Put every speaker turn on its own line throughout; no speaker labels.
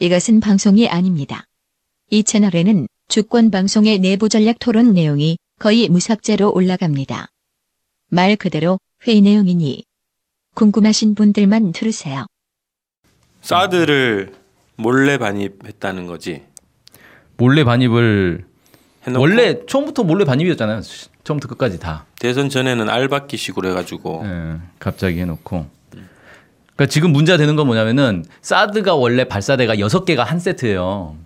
이것은 방송이 아닙니다. 이 채널에는 주권 방송의 내부 전략 토론 내용이 거의 무삭제로 올라갑니다. 말 그대로 회의 내용이니 궁금하신 분들만 들으세요.
사드를 몰래 반입했다는 거지.
몰래 반입을
해놓고
원래 처음부터 몰래 반입이었잖아요. 시- 처음부터 끝까지 다
대선 전에는 알바끼식으로 해가지고
예, 갑자기 해놓고. 그러니까 지금 문제가 되는 건 뭐냐면은 사드가 원래 발사대가 여섯 개가 한 세트예요.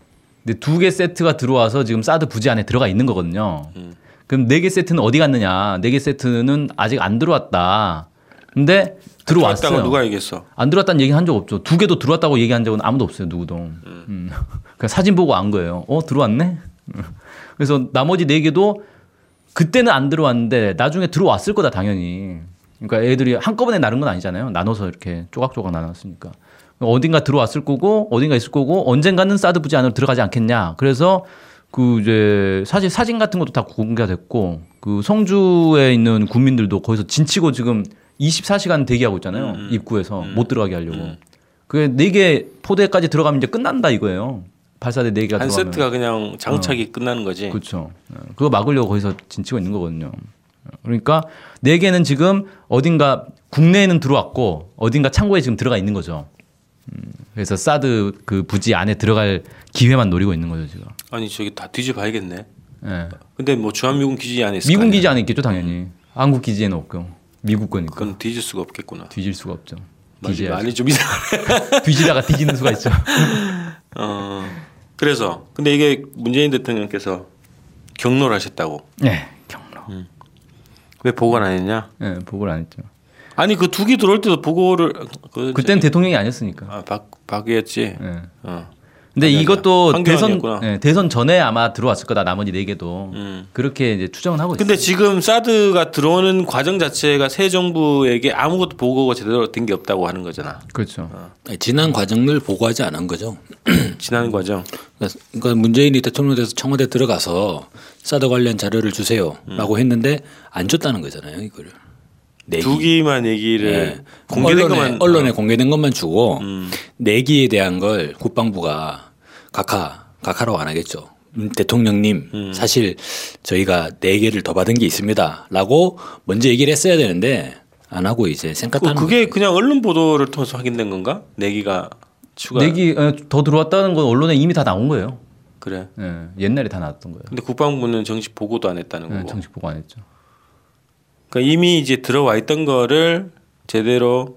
근데 두 개 세트가 들어와서 지금 사드 부지 안에 들어가 있는 거거든요.
음.
그럼 네 개 세트는 어디 갔느냐? 네 개 세트는 아직 안 들어왔다. 근데
들어왔다고
들어왔어요.
누가 알겠어?
안 들어왔다는 얘기 한 적 없죠. 두 개도 들어왔다고 얘기한 적은 아무도 없어요. 누구도. 음. 그냥 사진 보고 안 거예요. 어 들어왔네. 그래서 나머지 네 개도 그때는 안 들어왔는데 나중에 들어왔을 거다 당연히. 그러니까 애들이 한꺼번에 나른 건 아니잖아요. 나눠서 이렇게 조각조각 나눴으니까. 어딘가 들어왔을 거고 어딘가 있을 거고 언젠가는 사드 부지 안으로 들어가지 않겠냐. 그래서 그 이제 사실 사진 같은 것도 다 공개됐고 그 성주에 있는 군민들도 거기서 진치고 지금 24시간 대기하고 있잖아요.
음,
입구에서 못 들어가게 하려고. 그게 네 개 포대까지 들어가면 이제 끝난다 이거예요. 발사대 네 개가
한
들어가면.
세트가 그냥 장착이 끝나는 거지.
그렇죠. 어, 그거 막으려고 거기서 진치고 있는 거거든요. 어, 그러니까 네 개는 지금 어딘가 국내에는 들어왔고 어딘가 창고에 지금 들어가 있는 거죠. 음, 그래서 사드 그 부지 안에 들어갈 기회만 노리고 있는 거죠 지금.
아니 저기 다 뒤져봐야겠네.
예.
근데 뭐 주한미군 기지 안에 있을 거
미군
아니야?
기지 안에 있겠죠 당연히. 한국 기지에는 없고 미국 거니까
그건 뒤질 수가 없겠구나.
뒤질 수가 없죠.
말이,
뒤져야
말이 좀 이상해.
뒤지다가 뒤지는 수가 있죠.
어. 그래서 근데 이게 문재인 대통령께서 경로를 하셨다고.
네 경로.
왜 보고를 안 했냐?
예 보고를 안 했죠.
아니 그 두 개 들어올 때도 보고를 그
그땐 대통령이 아니었으니까.
아박 박이었지.
예.
어.
근데
아니야, 아니야.
이것도 대선
황교안이었구나.
예, 대선 전에 아마 들어왔을 거다 나머지 네 개도
음.
그렇게 이제 추정은 하고
근데 지금 사드가 들어오는 과정 자체가 새 정부에게 아무것도 보고가 제대로 된 게 없다고 하는 거잖아.
있어요. 그렇죠.
아니, 지난 과정을 보고하지 않은 거죠.
지난 과정.
그러니까- 그러니까 문재인이 대통령 돼서 청와대 들어가서 사드 관련 자료를 주세요라고 했는데 안 줬다는 거잖아요. 이거를. 내기.
음. 두기만 얘기를
예.
공개된
언론에,
것만 아. 음.
언론에 공개된 것만 주고 내기에 대한 걸 국방부가 각하 각하라고 안 하겠죠. 음, 대통령님 사실 저희가 네 개를 더 받은 게 있습니다라고 먼저 얘기를 했어야 되는데 안 하고 이제
그,
생각하는
그게 그냥 언론 보도를 통해서 확인된 건가? 내기가 추가.
내기 어, 더 들어왔다는 건 언론에 이미 다 나온 거예요.
그래.
예, 옛날에 다 나왔던 거예요.
근데 국방부는 정식 보고도 안 했다는
예,
거고.
정식 보고 안 했죠.
그러니까 이미 이제 들어와 있던 거를 제대로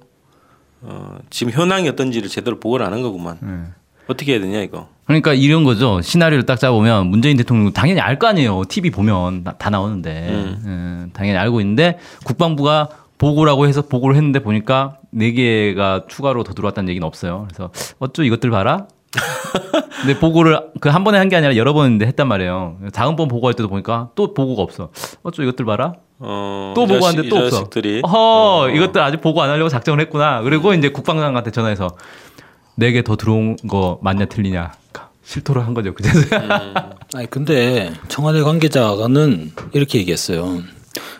어, 지금 현황이 어떤지를 제대로 보고를 안 한 거구만.
음. 네.
어떻게 해야 되냐 이거.
그러니까 이런 거죠. 시나리오를 딱 짜보면 문재인 대통령 당연히 알 거 아니에요. TV 보면 나- 다 나오는데 예, 당연히 알고 있는데 국방부가 보고라고 해서 보고를 했는데 보니까 네 개가 추가로 더 들어왔다는 얘기는 없어요. 그래서 어쩌 이것들 봐라. 근데 보고를 그 한 번에 한 게 아니라 여러 번 했단 말이에요. 다음번 보고할 때도 보니까 또 보고가 없어. 어쩌 이것들 봐라.
어,
또
이
보고
자식-
하는데 또
이
없어. 아,
자식들이
허, 이것들 아직 보고 안 하려고 작정을 했구나. 그리고 이제 국방장관한테 전화해서 네 개 더 들어온 거 맞냐 틀리냐 실토를 한 거죠. 그제서
음.
아니 근데 청와대 관계자는 이렇게 얘기했어요.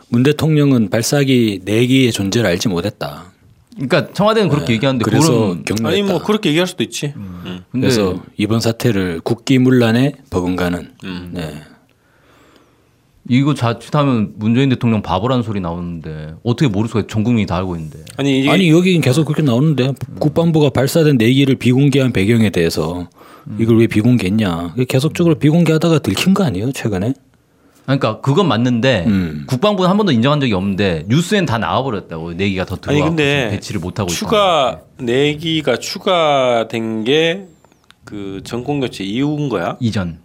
문 대통령은 발사기 네기의 존재를 알지 못했다.
그러니까 청와대는
네.
그렇게 얘기하는데
그래서
그거는-
경로했다.
아니 뭐 그렇게 얘기할 수도 있지. 음.
근데
그래서 이번 사태를 국기문란에 버금가는
음.
네.
이거 자칫하면 문재인 대통령 바보라는 소리 나오는데 어떻게 모를 수가 있- 전 국민이 다 알고 있는데.
아니 이게
아니 여기 계속 그렇게 나오는데 국방부가 발사된 내기를 비공개한 배경에 대해서 이걸 왜 비공개했냐 이게 계속적으로 비공개하다가 들킨 거 아니에요 최근에
그러니까 그건 맞는데
음.
국방부는 한 번도 인정한 적이 없는데 뉴스엔 다 나와버렸다고 내기가 더
아니
들어와
근데
배치를 못 하고
추가 내기가 추가된 게 그 정권 교체 이후인 거야.
이전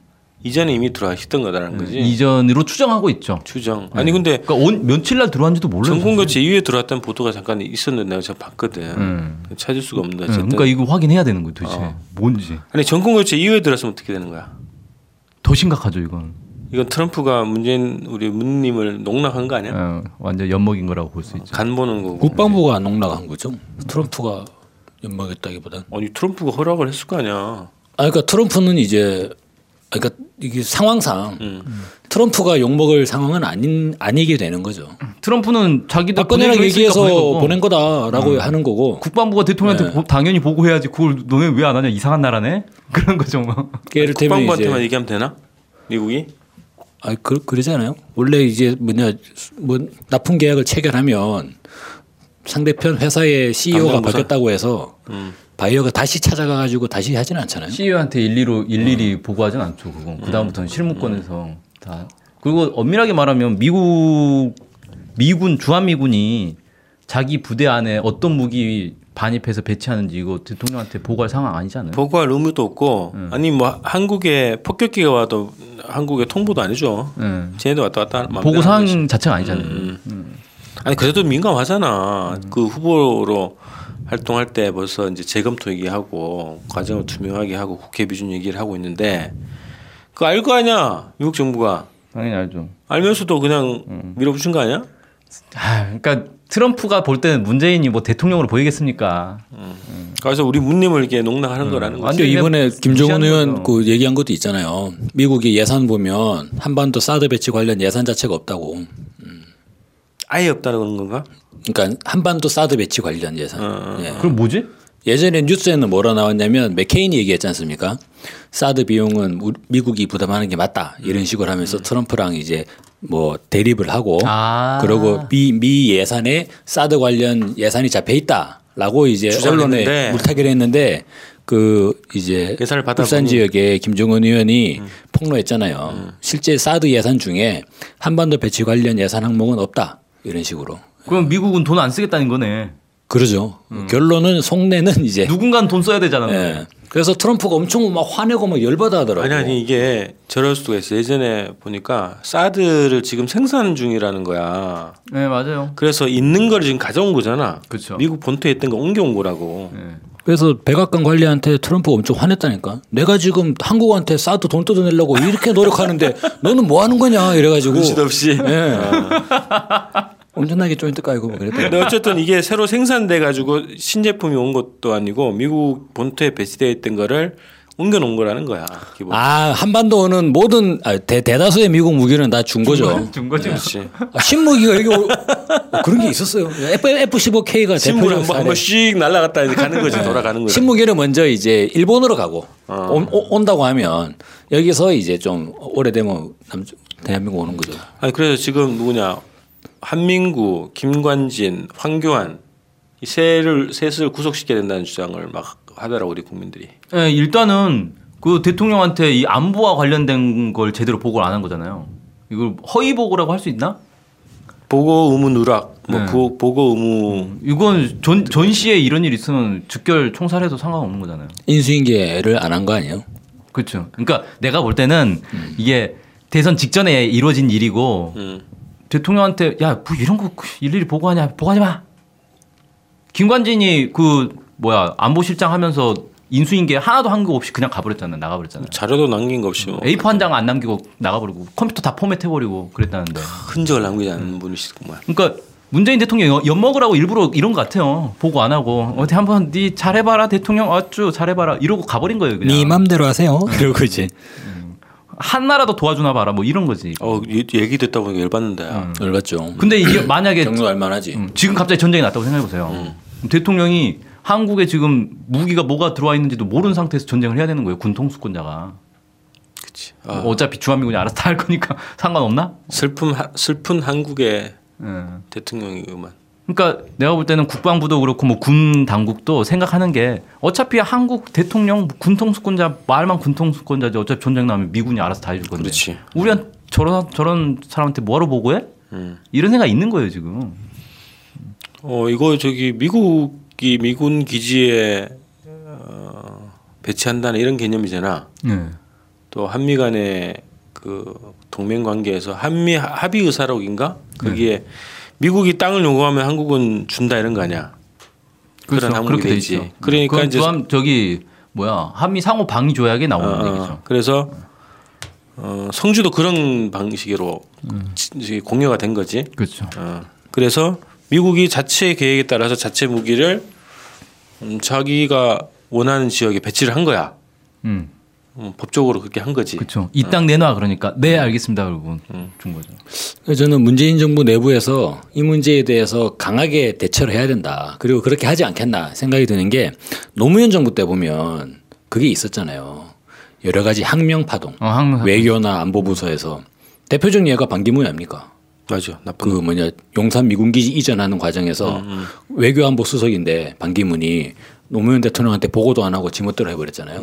이전에 이미 들어와 있던 거다라는 거지.
네, 이전으로 추정하고 있죠.
추정. 아니 근데
그러니까 온 며칠 날 들어왔는지도 몰라요.
정권 교체 이후에 들어왔던 보도가 잠깐 있었는데 내가 제가 봤거든.
음.
찾을 수가 없는데
네, 어.
어쨌든.
그러니까 이거 확인해야 되는 거예요 도대체 뭔지
아니 정권 교체 이후에 들어왔으면 어떻게 되는 거야?
더 심각하죠 이건
이건 트럼프가 문재인 우리 문님을 농락한 거 아니야?
어, 완전 연먹인 거라고 볼 수 있죠
간 보는 거고.
국방부가 안 농락한 거죠 트럼프가 연막했다기보단
아니 트럼프가 허락을 했을 거 아니야.
아, 그러니까 트럼프는 이제, 그러니까 이게 상황상 트럼프가 욕먹을 상황은 아닌 아니게 되는 거죠.
트럼프는 자기들
박근혜랑
보내기로 했으니까
얘기해서
보낸 네. 거고. 그
보낸 거다라고 하는 거고
국방부가 대통령한테 보- 당연히 보고해야지 그걸 너네 왜 안 하냐 이상한 나라네 그런 거죠 뭐.
예를 들면
국방부한테만
이제
얘기하면 되나? 미국이?
아 그, 그러잖아요. 원래 이제 뭐냐 뭐 납품 계약을 체결하면 상대편 회사의 CEO가
당장 무사-
바뀌었다고 해서 바이어가 다시 찾아가 가지고 다시 하진 않잖아요.
CEO한테 E 일일로 일일이 보고하진 않죠 그건 그 다음부터는 실무권에서 다 그리고 엄밀하게 말하면 미국 미군 주한 미군이 자기 부대 안에 어떤 무기 반입해서 배치하는지 이거 대통령한테 보고할 상황 아니잖아요.
보고할 의무도 없고
음.
아니 뭐 한국에 폭격기가 와도 한국에 통보도 안 해줘.
예.
쟤네도 왔다 갔다 하는
보고
마음대로 하는 거지.
상황 자체가 아니잖아요.
음,
아니 그래도 민감하잖아. 그 후보로 활동할 때 벌써 이제 재검토 얘기하고 과정을 투명하게 하고 국회 비준 얘기를 하고 있는데 그거 알 거 아니야 미국 정부가
당연히 알죠.
알면서도
음.
그냥 밀어붙인 거 아니야?
아, 그러니까 트럼프가 볼 때는 문재인이 뭐 대통령으로 보이겠습니까?
그래서 우리 문님을 이렇게 농락하는
음.
거라는 거지.
완전
근데 음, 이번에
그냥
김정은
무시하는
의원
거죠.
그 얘기한 것도 있잖아요. 미국이 예산 보면 한반도 사드 배치 관련 예산 자체가 없다고.
아예 없다는 건가?
그러니까 한반도 사드 배치 관련
어,
예산. 예.
그럼 뭐지?
예전에 뉴스에는 뭐라 나왔냐면 맥케인이 얘기했지 않습니까? 사드 비용은 우- 미국이 부담하는 게 맞다
음.
이런 식으로 하면서 트럼프랑 이제 뭐 대립을 하고
아.
그러고 미, 미 예산에 사드 관련 예산이 잡혀 있다라고 이제
주장했는데.
언론에 물타기를 했는데 그 이제
예산을 받아보니. 음.
울산 지역에 김종은 의원이 폭로했잖아요. 실제 사드 예산 중에 한반도 배치 관련 예산 항목은 없다 이런 식으로
그럼 미국은 돈 안 쓰겠다는 거네.
그러죠.
음.
결론은 속내는 이제
누군가는 돈 써야 되잖아.
예. 그래서 트럼프가 엄청 막 화내고 막 열받아 하더라고.
아니 아니 이게 저럴 수가 있어. 예전에 보니까 사드를 지금 생산 중이라는 거야.
네, 맞아요.
그래서 있는 걸 지금 가져온 거잖아.
그쵸.
미국 본토에 있던 거 옮겨온 거라고.
예.
그래서 백악관 관리한테 트럼프가 엄청 화냈다니까. 내가 지금 한국한테 사드 돈 뜯어내려고 이렇게 노력하는데 너는 뭐 하는 거냐 이래가지고.
없이.
예. 엄청나게 조인트 깔고 막뭐 그랬더니.
근데 어쨌든 이게 새로 생산돼 가지고 신제품이 온 것도 아니고 미국 본토에 배치되어 있던 거를 옮겨놓은 거라는 거야. 기본.
아 한반도는 모든 아, 대, 대다수의 미국 무기는 다 준 거죠.
준 거죠.
그렇지.
아, 신무기가 여기 오- 어, 그런 게 있었어요. F, F-15K가
신물 한번
대표적
한
사례. 네.
번씩 날라갔다 이제 가는 거지 돌아가는 아. 거지.
신무기를 먼저 이제 일본으로 가고 온, 오- 온다고 하면 여기서 이제 좀 오래되면 남, 대한민국 오는 거죠.
아니 그래서 지금 누구냐 한민구, 김관진, 황교안 이 세를 셋을 구속시켜야 된다는 주장을 막 하더라고 우리 국민들이.
네, 일단은 그 대통령한테 이 안보와 관련된 걸 제대로 보고를 안 한 거잖아요. 이걸 허위 보고라고 할 수 있나?
보고 의무 누락, 뭐
네.
보, 보고 의무
이건 전, 전시에 이런 일 있으면 즉결 총살해도 상관없는 거잖아요.
인수인계를 안 한 거 아니에요?
그렇죠. 그러니까 내가 볼 때는 이게 대선 직전에 이루어진 일이고
음.
대통령한테 야 뭐 이런 거 일일이 보고하냐 보고하지 마. 김관진이 그 뭐야 안보실장 하면서 인수인계 하나도 한 거 없이 그냥 가버렸잖아 나가버렸잖아.
자료도 남긴 거 없이 뭐
A4 한 장 안 남기고 나가버리고 컴퓨터 다 포맷해버리고 그랬다는데.
흔적을 남기지 않는 분이시구만.
그러니까 문재인 대통령 엿 먹으라고 일부러 이런 것 같아요. 보고 안 하고 어디 한번 네 잘해봐라 대통령 아쭈 잘해봐라 이러고 가버린 거예요 그냥.
네 맘대로 하세요. 그리고 이제
한 나라도 도와주나 봐라 뭐 이런 거지.
어 얘- 얘기 듣다 보니까 열받는다.
음.
야.
열받죠.
근데
음.
이게 만약에
경로 알만하지.
음, 지금 갑자기 전쟁이 났다고 생각해 보세요.
음.
대통령이 한국에 지금 무기가 뭐가 들어와 있는지도 모르는 상태에서 전쟁을 해야 되는 거예요. 군 통수권자가.
그치.
뭐
아,
어차피 주한미군이 알아서 다 할 거니까 상관없나?
슬픈 하- 슬픈 한국의
예.
대통령이구만.
그러니까 내가 볼 때는 국방부도 그렇고 뭐 군 당국도 생각하는 게 어차피 한국 대통령 군 통수권자 말만 군 통수권자지 어차피 전쟁 나면 미군이 알아서 다 해줄 건데.
그렇지.
우리한 저런 저런 사람한테 뭐하러 보고해?
음.
이런 생각 있는 거예요 지금.
어 이거 저기 미국이 미군 기지에 어, 배치한다는 이런 개념이잖아. 또 한미 간의 그 동맹 관계에서 한미 하- 합의 의사록인가 거기에
네.
미국이 땅을 요구하면 한국은 준다 이런 거 아니야. 그런 항목이
그렇게 돼
있지.
있죠.
그러니까
음. 그건
이제-
또한 저기 뭐야 한미 상호 방위 조약에 나오는
어,
얘기죠.
그래서 어, 성주도 그런 방식으로
음.
지- 이제 공여가 된 거지.
그렇죠.
어. 그래서 미국이 자체 계획에 따라서 자체 무기를 음, 자기가 원하는 지역에 배치를 한 거야.
음.
음, 법적으로 그렇게 한 거지.
그렇죠. 이 땅 내놔 그러니까 네
음.
알겠습니다 그러고 준 거죠.
그래서 저는 문재인 정부 내부에서 이 문제에 대해서 강하게 대처를 해야 된다. 그리고 그렇게 하지 않겠나 생각이 드는 게 노무현 정부 때 보면 그게 있었잖아요. 여러 가지 항명 파동.
어, 항
외교나 안보부서에서 대표적 예가 반기문이 아닙니까?
맞아. 나쁜.
그 뭐냐 용산 미군기지 이전하는 과정에서 외교안보 수석인데 반기문이 노무현 대통령한테 보고도 안 하고 지멋대로 해버렸잖아요.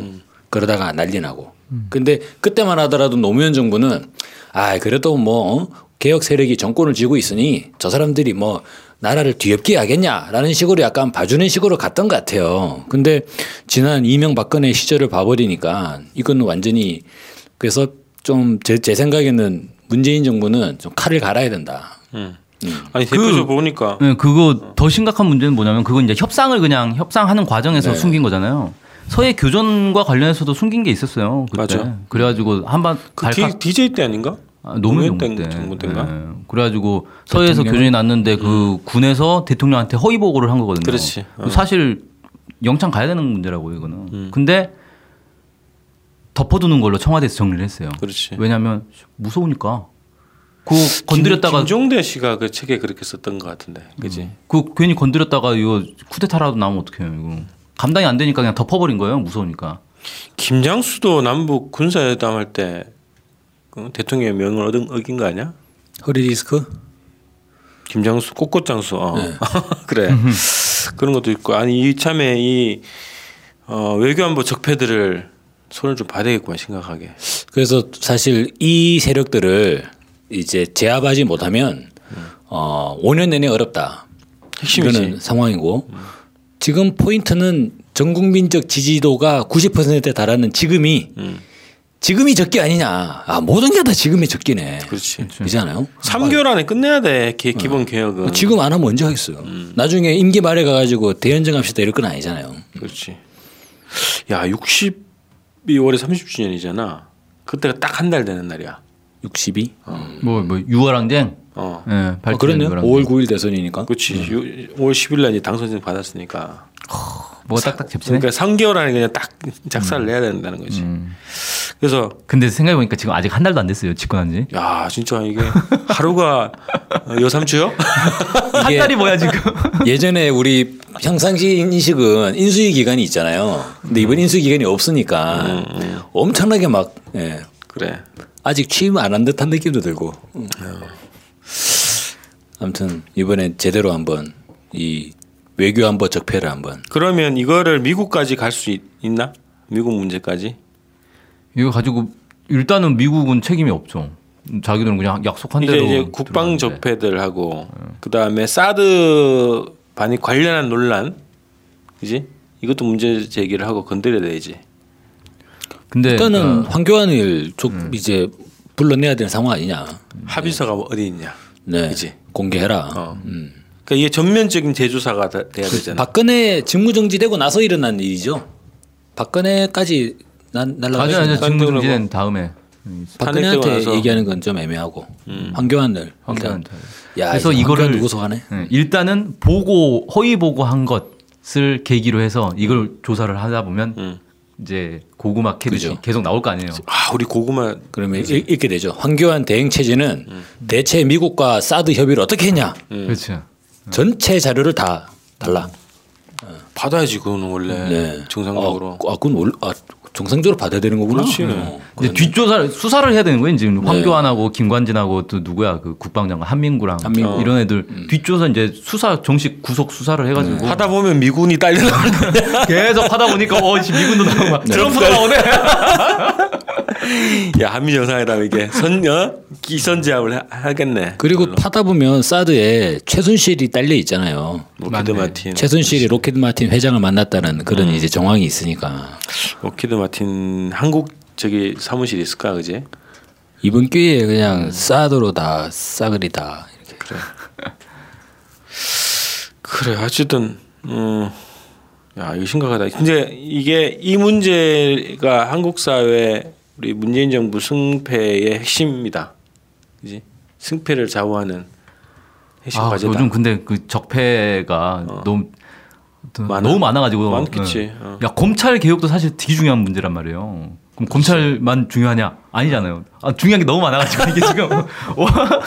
그러다가 난리 나고. 근데 그때만 하더라도 노무현 정부는 아 그래도 뭐 어? 개혁 세력이 정권을 쥐고 있으니 저 사람들이 뭐 나라를 뒤엎게 하겠냐라는 식으로 약간 봐주는 식으로 갔던 것 같아요. 근데 지난 이명박근혜 시절을 봐버리니까 이건 완전히 그래서 좀 제 제 생각에는 문재인 정부는 좀 칼을 갈아야 된다.
음. 아니
그
대표적으로 보니까
네, 그거 더 심각한 문제는 뭐냐면 그건 이제 협상을 그냥 협상하는 과정에서
네.
숨긴 거잖아요. 서해 교전과 관련해서도 숨긴 게 있었어요. 그때.
맞아.
그래가지고 한번
그 D, DJ 때 아닌가?
아, 노무현
노무현
정부 때.
정부 때인가? 음.
예. 그래가지고 서해에서 교전이 났는데 그 군에서 대통령한테 허위 보고를 한 거거든요.
그렇지. 어. 음.
사실 영창 가야 되는 문제라고 이거는. 근데 덮어두는 걸로 청와대에서 정리를 했어요.
그렇지.
왜냐하면 무서우니까. 그 건드렸다가
김, 김종대 씨가 그 책에 그렇게 썼던 것 같은데, 음. 그지?
그 괜히 건드렸다가 이거 쿠데타라도 나오면 어떡해요 이거. 감당이 안 되니까 그냥 덮어버린 거예요. 무서우니까.
김장수도 남북 군사회담할 때 그 대통령의 명을 얻은 어긴 거 아니야?
허리디스크?
김장수 꽃꽃장수 어.
네.
그래 그런 것도 있고 아니 이참에 이 어, 외교안보 적폐들을 손을 좀 봐야 되겠구만 심각하게
그래서 사실 이 세력들을 이제 제압하지 못하면 어 5년 내내 어렵다.
핵심이지.
이거는 상황이고 지금 포인트는 전 국민적 지지도가 90%에 달하는 지금이
음.
지금이 적기 아니냐. 아 모든 게 다 지금이 적기네.
음.
그렇지
이잖아요.
3개월 안에 끝내야 돼 기,
네.
기본
뭐
개혁은
지금 안 하면 언제 하겠어요.
음.
나중에 임기 말에 가가지고 대연정합시다 이럴 건 아니잖아요.
그렇지 야 60이 올해 30주년이잖아 그때가 딱 한 달 되는 날이야
62?
뭐뭐 6월항쟁.
어
예.
아,
발표된
그렇네요.
거랑.
5월 9일 대선이니까.
그렇지
음.
5월 10일 날 이제 당선증 받았으니까
뭐가 딱딱 음. 잽치네.
그러니까 3개월 안에 그냥 딱 작사를 내야 된다는 거지
음.
그래서
근데 생각해보니까 지금 아직 한 달도 안 됐어요. 집권한 지.
야 진짜 이게 하루가 여삼주요?
한 달이 그 뭐야 지금.
예전에 우리 평상시 인식은 인수위 기간이 있잖아요. 근데 이번 인수위 기간이 없으니까 엄청나게 막 예,
그래.
아직 취임 안 한 듯한 느낌도 들고. 음. 아무튼 이번에 제대로 한번 이 외교 안보 적폐를 한번
그러면 이거를 미국까지 갈 수 있나? 미국 문제까지?
이거 가지고 일단은 미국은 책임이 없죠. 자기들은 그냥 약속한
이제
대로
이제 국방
들어가는데.
적폐들하고 그다음에 사드 반이 관련한 논란, 그지? 이것도 문제 제기를 하고 건드려야 되지.
근데
일단은
그러니까
황교안을 좀
음.
이제 불러내야 되는 상황 아니냐.
합의서가 뭐 어디 있냐?
네.
그치.
공개해라.
어.
네,
음.
그러니까 이게 전면적인 제조사가 다- 돼야
그
되잖아.
박근혜 직무정지되고 나서 일어난 일이죠. 박근혜까지 날
아니
날라가죠.
아니
딴 데로
질문 문제는 다음에
탄핵되고
박근혜한테
나서.
얘기하는 건 좀 애매하고 황교안을
황교안.
일단. 야,
그래서
이거
이거를
황교안 누구 소환해?
네, 일단은 보고 허위 보고한 것을 계기로 해서 이걸 조사를 하다 보면 이제 고구마 음. 캐비지
그죠.
계속 나올 거 아니에요.
아 우리 고구마
그러면 이- 이렇게 되죠. 황교안 대행 체제는 대체 미국과 사드 협의를 어떻게 했냐?
그렇죠.
전체 자료를 다 달라.
받아야지 그거는 원래
네.
정상적으로.
아, 그건 올, 아, 정상적으로 받아야 되는 거구나.
그렇지.
어,
이제 뒷조사를 수사를 해야 되는 거예요. 지금
네.
황교안하고 김관진하고 또 누구야 그 국방장관 한민구랑
한민구. 음.
이런 애들 뒷조사 이제 수사 정식 구속 수사를 해가지고
하다 보면 미군이 딸려나오는
계속 하다 보니까 어 지금 미군도 나오고 막 트럼프도 나오네.
야 한미 정상회담 이게 선녀 어? 기선제압을 하- 하겠네.
그리고 파다 보면 사드에 최순실이 딸려 있잖아요.
로키드 마틴.
최순실이 로켓 마틴 회장을 만났다는 그런 이제 정황이 있으니까
로키드 마틴 한국 저기 사무실 있을까 그지?
이번 기회에 그냥 사드로 다 싸그리 다 이렇게
그래 어쨌든 음. 야 이거 심각하다. 근데 이게 이 문제가 한국 사회 우리 문재인 정부 승패의 핵심이다. 그지? 승패를 좌우하는 핵심
아,
과제다.
요즘 근데 그 적폐가 너무
어. 많아.
너무 많아가지고
많겠지.
네.
어.
야 검찰 개혁도 사실 되게 중요한 문제란 말이에요. 그럼 검찰만 중요하냐? 아니잖아요. 아, 중요한 게 너무 많아가지고 이게 지금 와,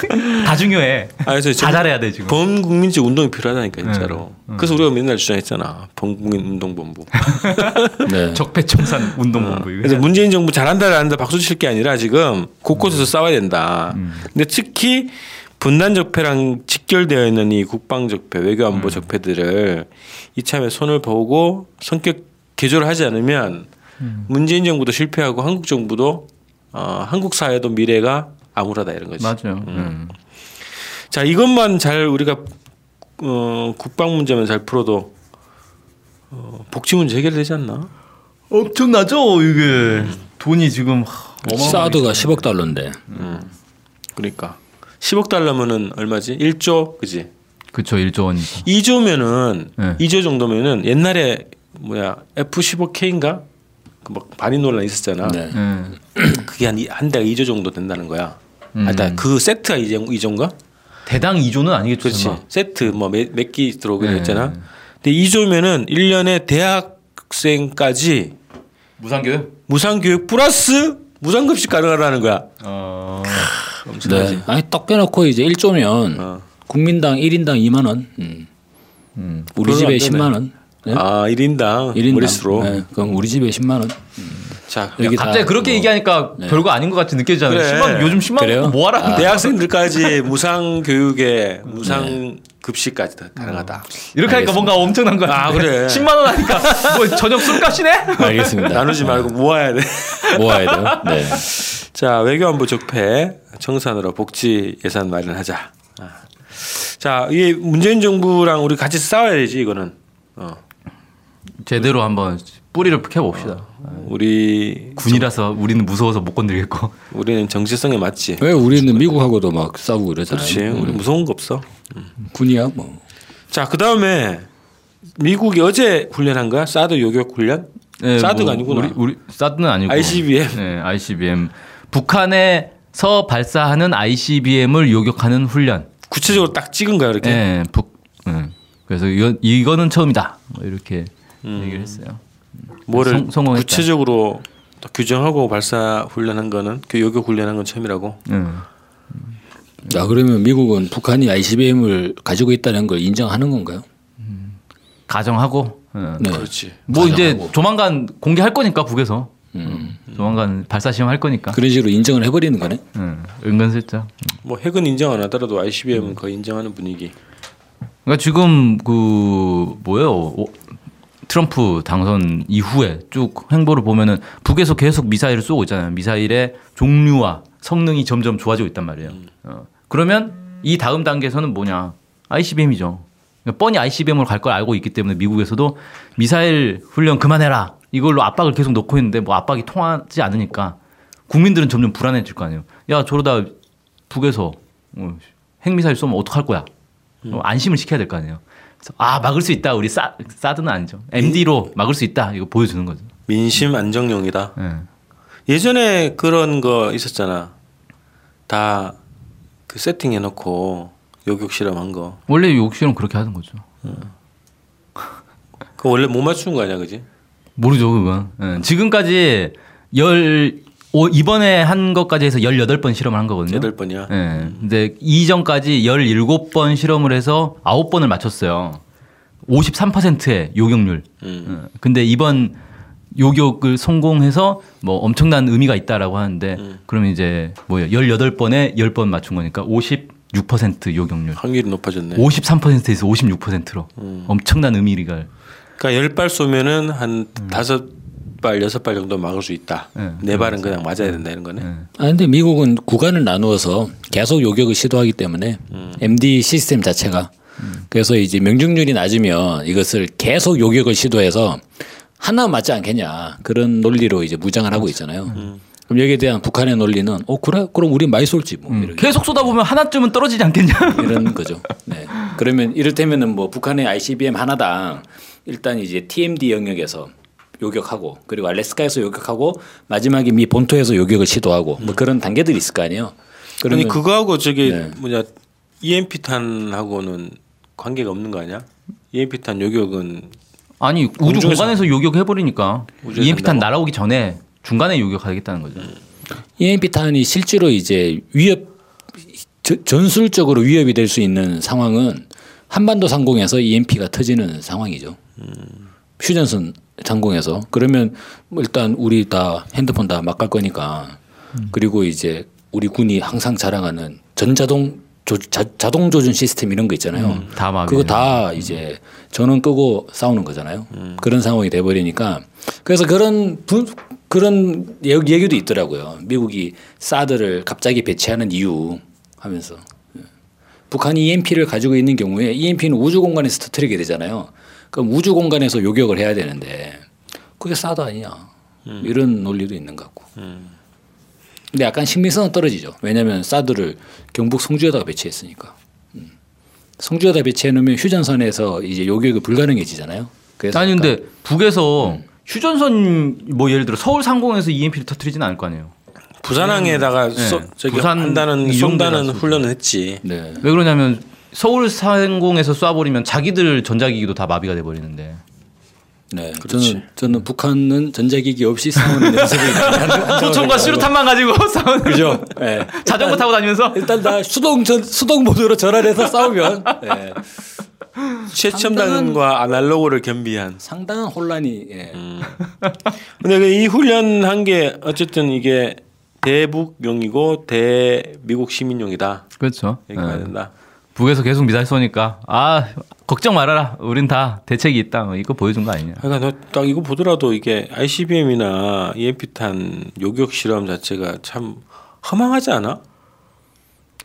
다 중요해.
아, 그래서
다 잘해야 돼 지금. 네. 음.
범국민적 운동이 필요하다니까 진짜로. 그래서 우리가 맨날 주장했잖아. 범국민 운동본부.
네.
적폐청산 운동본부.
어. 그래서 문재인 정부 잘한다 잘한다 박수 칠 게 아니라 지금
음.
곳곳에서 싸워야 된다. 근데 특히 분단 적폐랑 직결되어 있는 이 국방 적폐, 외교안보
음.
적폐들을 이참에 손을 보고 성격 개조를 하지 않으면
음.
문재인 정부도 실패하고 한국 정부도 어, 한국 사회도 미래가 암울하다 이런 거지.
맞아요.
음.
네.
자 이것만 잘 우리가 어, 국방 문제만 잘 풀어도 어, 복지 문제 해결되지 않나?
엄청나죠 이게 돈이 지금 하, 어마어마하게
사드가 10억 달러인데
그러니까 10억 달러면은 얼마지? 1조 그지?
그쵸 1조 원.
2조면은
네.
2조 정도면은 옛날에 뭐야 F15K인가 그막 반인 논란 있었잖아.
네.
예.
그게 한 한 대가 2조 정도 된다는 거야.
음.
아까 그 세트가 2조인가?
대당 2조는 아니겠죠.
그렇지.
설마.
세트 뭐 몇 끼 들어오고
네.
했잖아. 근데 2조면은 1년에 대학생까지
무상교육.
무상교육 플러스 무상급식 가능하다는 거야.
어.
엄청나지.
네. 아니 떡 빼놓고 이제 1조면
어.
국민당 1인당 2만 원, 음. 우리
별로
집에
안 되네.
10만 원, 네?
아, 1인당
1인당.
머릿수로.
네. 그럼 우리 집에 10만 원.
자,
여기 다
갑자기 그렇게 뭐. 네. 얘기하니까 별거 아닌 것 같이 느껴지잖아요.
그래.
10만 요즘 아, 10만
그래요? 아.
원 뭐하라는 네. 거야?
대학생들까지 무상 교육에 무상 급식까지
네.
다 가능하다.
이렇게 하니까 뭔가 엄청난 거야.
아, 그래.
10만 원 하니까 뭐 저녁 술값이네?
알겠습니다.
나누지 말고 모아야 돼.
모아야 돼요. 네.
자, 외교안보 적폐 청산으로 복지 예산 마련하자. 아. 자, 이게 문재인 정부랑 우리 같이 싸워야 되지 이거는. 어.
제대로 한번 뿌리를 캐봅시다.
우리
군이라서 우리는 무서워서 못 건드리겠고.
우리는 정체성에 맞지.
왜 우리는 미국하고도 막 싸우고 그러잖아요.
그렇지. 우리 무서운 거 없어.
군이야 뭐.
자, 그 다음에 미국이 어제 훈련한 거야? 사드 요격 훈련? 사드가 아니구나.
네, 뭐 우리, 우리 사드는 아니고.
ICBM.
네, ICBM. 북한에서 발사하는 ICBM을 요격하는 훈련.
구체적으로 딱 찍은 거야 이렇게.
네, 북. 네. 그래서 이거, 이거는 처음이다. 뭐 이렇게
음.
얘기를 했어요.
뭐를
성- 성공했다.
구체적으로 딱 규정하고 발사 훈련한 거는 그 요격 훈련한 건 처음이라고.
네.
자 그러면 미국은 북한이 ICBM을 가지고 있다는 걸 인정하는 건가요?
가정하고. 네.
네.
그렇지.
뭐 이제
가정하고.
조만간 공개할 거니까 북에서
음.
조만간 발사 시험 할 거니까
그런 식으로 인정을 해버리는 거네.
응, 은근슬쩍
뭐 핵은 인정 안 하더라도 ICBM은
음.
거의 인정하는 분위기.
그러니까 지금 그 뭐예요 오- 트럼프 당선 이후에 쭉 행보를 보면은 북에서 계속 미사일을 쏘고 있잖아요 미사일의 종류와 성능이 점점 좋아지고 있단 말이에요 어. 그러면 이 다음 단계에서는 뭐냐 ICBM이죠 그러니까 뻔히 ICBM으로 갈 걸 알고 있기 때문에 미국에서도 미사일 훈련 그만해라 이걸로 압박을 계속 놓고 있는데 뭐 압박이 통하지 않으니까 국민들은 점점 불안해질 거 아니에요 야 저러다 북에서 어, 핵미사일 쏘면 어떡할 거야 어, 안심을 시켜야 될 거 아니에요. 그래서 아 막을 수 있다. 우리 사 사드는 아니죠. MD로 막을 수 있다. 이거 보여주는 거죠.
민심 안정용이다.
예.
예전에 그런 거 있었잖아. 다 그 세팅해 놓고 요격 실험한 거.
원래 욕실은 그렇게 하는 거죠.
그 원래 못 맞춘 거 아니야, 그지?
네? 모르죠 그건. 예. 지금까지 열 오, 이번에 한 것까지 해서 18번 실험을 한 거거든요.
여덟 번이야.
예. 근데 이전까지 17번 실험을 해서 9번을 맞췄어요. 53%의 요격률.
음.
예. 근데 이번 요격을 성공해서 뭐 엄청난 의미가 있다라고 하는데
음.
그럼 이제 뭐예요? 18번에 10번 맞춘 거니까 56% 요격률.
확률이 높아졌네. 음.
53%에서 56%로 엄청난 의미가
그러니까 열 발 쏘면은 한
음.
다섯 발, 여섯 발 정도 막을 수 있다.
예,
네 발은 그냥 맞아야 된다 이런 거네.
아 근데 미국은 구간을 나누어서 계속 요격을 시도하기 때문에 MD 시스템 자체가 그래서 이제 명중률이 낮으면 이것을 계속 요격을 시도해서 하나 맞지 않겠냐 그런 논리로 이제 무장을 하고 있잖아요. 그럼 여기에 대한 북한의 논리는 어 그래 그럼 우리 많이 쏠지 뭐 이런,
계속 쏟아보면 하나쯤은 떨어지지 않겠냐?
이런 거죠. 네. 그러면 이를테면은 뭐 북한의 ICBM 하나당 일단 이제 TMD 영역에서 요격하고 그리고 알래스카에서 요격하고 마지막에 미 본토에서 요격을 시도하고 뭐 그런 단계들이 있을 거 아니에요.
아니
그러면
그거하고 저기
네.
뭐냐 EMP 탄하고는 관계가 없는 거 아니야? EMP 탄 요격은
아니 우주
우주에서.
공간에서 요격해버리니까
우주에서 뭐 음.
EMP탄
한다고?
날아오기 전에 중간에 요격하겠다는 거죠.
EMP 탄이 실제로 이제 위협 저- 전술적으로 위협이 될 수 있는 상황은 한반도 상공에서 EMP가 터지는 상황이죠. 휴전선 상공에서 그러면 뭐 일단 우리 다 핸드폰 다 막 갈 거니까
음.
그리고 이제 우리 군이 항상 자랑하는 전자동 조, 자, 자동 조준 시스템 이런 거 있잖아요.
음, 다 음. 막.
그거 다 이제 전원 끄고 싸우는 거잖아요. 그런 상황이 돼버리니까 그래서 그런 분 그런 얘- 얘기도 있더라고요. 미국이 사드를 갑자기 배치하는 이유 하면서 예. 북한이 EMP를 가지고 있는 경우에 EMP는 우주 공간에서 터뜨리게 되잖아요. 그럼 우주 공간에서 요격을 해야 되는데 그게 사드 아니냐
음.
이런 논리도 있는 것 같고. 근데 약간 신빙성은 떨어지죠. 왜냐하면 사드를 경북 송주에다가 배치했으니까. 송주에다 배치해 놓으면 휴전선에서 이제 요격이 불가능해지잖아요. 그래서
아니
약간 음.
근데 북에서 휴전선 뭐 예를 들어 서울 상공에서 EMP를 터뜨리진 않을 거 아니에요.
부산항에다가 쏘- 저기
음. 네. 부산
한다는
이
쏜다는
정도라서.
훈련을 했지.
네.
왜 그러냐면 서울 상공에서 쏴버리면 자기들 전자기기도 다 마비가 돼 버리는데.
네. 저는 저는 북한은 전자기기 없이 싸우는 연습이
소총과 수류탄만 가지고 싸우는
그렇죠. 그죠? 네.
자전거 타고 다니면서
일단 다 수동 전 수동 모드로 전환해서 싸우면 네. 음.
최첨단과 아날로그를 겸비한.
상당한 혼란이 예.
근데 그이 훈련한 게 어쨌든 이게 대북용이고 대미국 시민용이다.
그렇죠.
이렇게 봐야 된다.
북에서 계속 미사일 쏘니까 아 걱정 말아라. 우린 다 대책이 있다. 뭐 이거 보여준 거 아니냐.
그러니까 딱 이거 보더라도 이게 ICBM이나 EMP탄 요격 실험 자체가 참 허망하지 않아?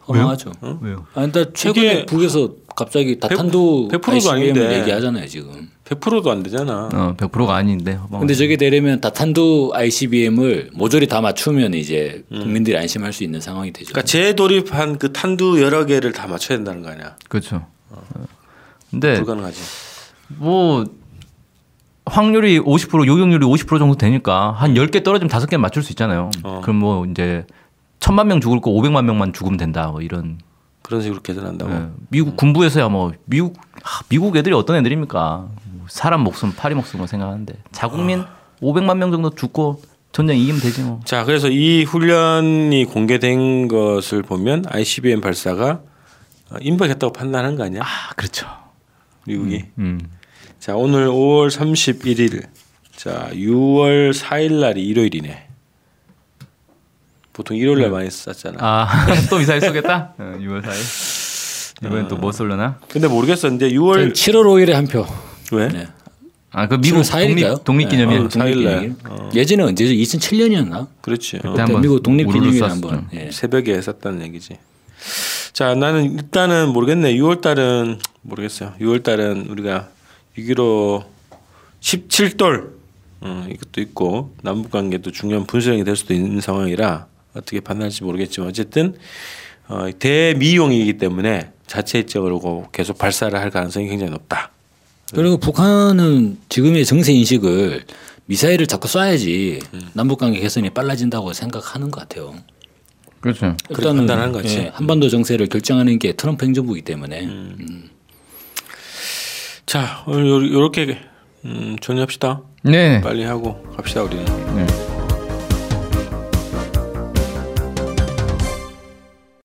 허망하죠.
왜요?
아, 근데 최근에
이게
북에서 갑자기 다
백-
탄두
100% 도
ICBM
아닌데.
얘기하잖아요 지금.
100%도 안 되잖아.
어, 100%가 아닌데.
근데 저게 되려면 다 탄두 ICBM을 모조리 다 맞추면 이제 국민들이 안심할 수 있는 상황이 되죠.
그러니까 재조립한 그 탄두 여러 개를 다 맞춰야 된다는 거 아니야?
그렇죠.
어.
근데
불가능하지.
뭐 확률이 50% 요격률이 50% 정도 되니까 한 10개 떨어지면 5개 맞출 수 있잖아요.
어.
그럼 뭐 이제 1000만 명 죽을 거 500만 명만 죽으면 된다. 뭐 이런
그런 식으로
어.
계산한다고.
예. 미국 군부에서야 뭐 미국 하, 미국 애들이 어떤 애들입니까? 뭐 사람 목숨, 파리 목숨을 생각하는데 자국민
아.
500만 명 정도 죽고 전쟁 이기면 되지 뭐.
자, 그래서 이 훈련이 공개된 것을 보면 ICBM 발사가 어, 임박했다고 판단한 거 아니야?
아, 그렇죠.
미국이.
음.
자, 오늘 5월 31일. 자, 6월 4일 날이 일요일이네. 보통 일요일 날 많이 쐈잖아.
아, 또 미사일 쏘겠다? 6월 4일. 네, 이번엔 또 뭐 쏠려나?
아, 근데 모르겠어. 근데 6월
저는 7월 5일에 한 표.
왜?
네.
아, 그 미국
4일인가요? 네. 아,
독립 독립 기념일.
어, 사일날.
예전에 언제죠? 2007년이었나?
그렇지. 어,
그때 한번
미국 독립
우르르
기념일
쐈죠.
한번. 예.
새벽에 쐈다는 얘기지. 자, 나는 일단은 모르겠네. 6월 달은 모르겠어요. 6월 달은 우리가 6.15 17돌 음, 이것도 있고 남북 관계도 중요한 분수령이 될 수도 있는 상황이라 어떻게 판단할지 모르겠지만 어쨌든 어, 대미용이기 때문에 자체적으로 계속 발사를 할 가능성이 굉장히 높다.
그리고 북한은 지금의 정세 인식을 미사일을 자꾸 쏴야지 남북 관계 개선이 빨라진다고 생각하는 것 같아요.
그렇죠.
그렇게 판단하는 것 같지.
예, 한반도 정세를 결정하는 게 트럼프 행정부이기 때문에
자, 오늘 요- 요렇게 음, 정리합시다.
네.
빨리 하고 갑시다 우리는.
네.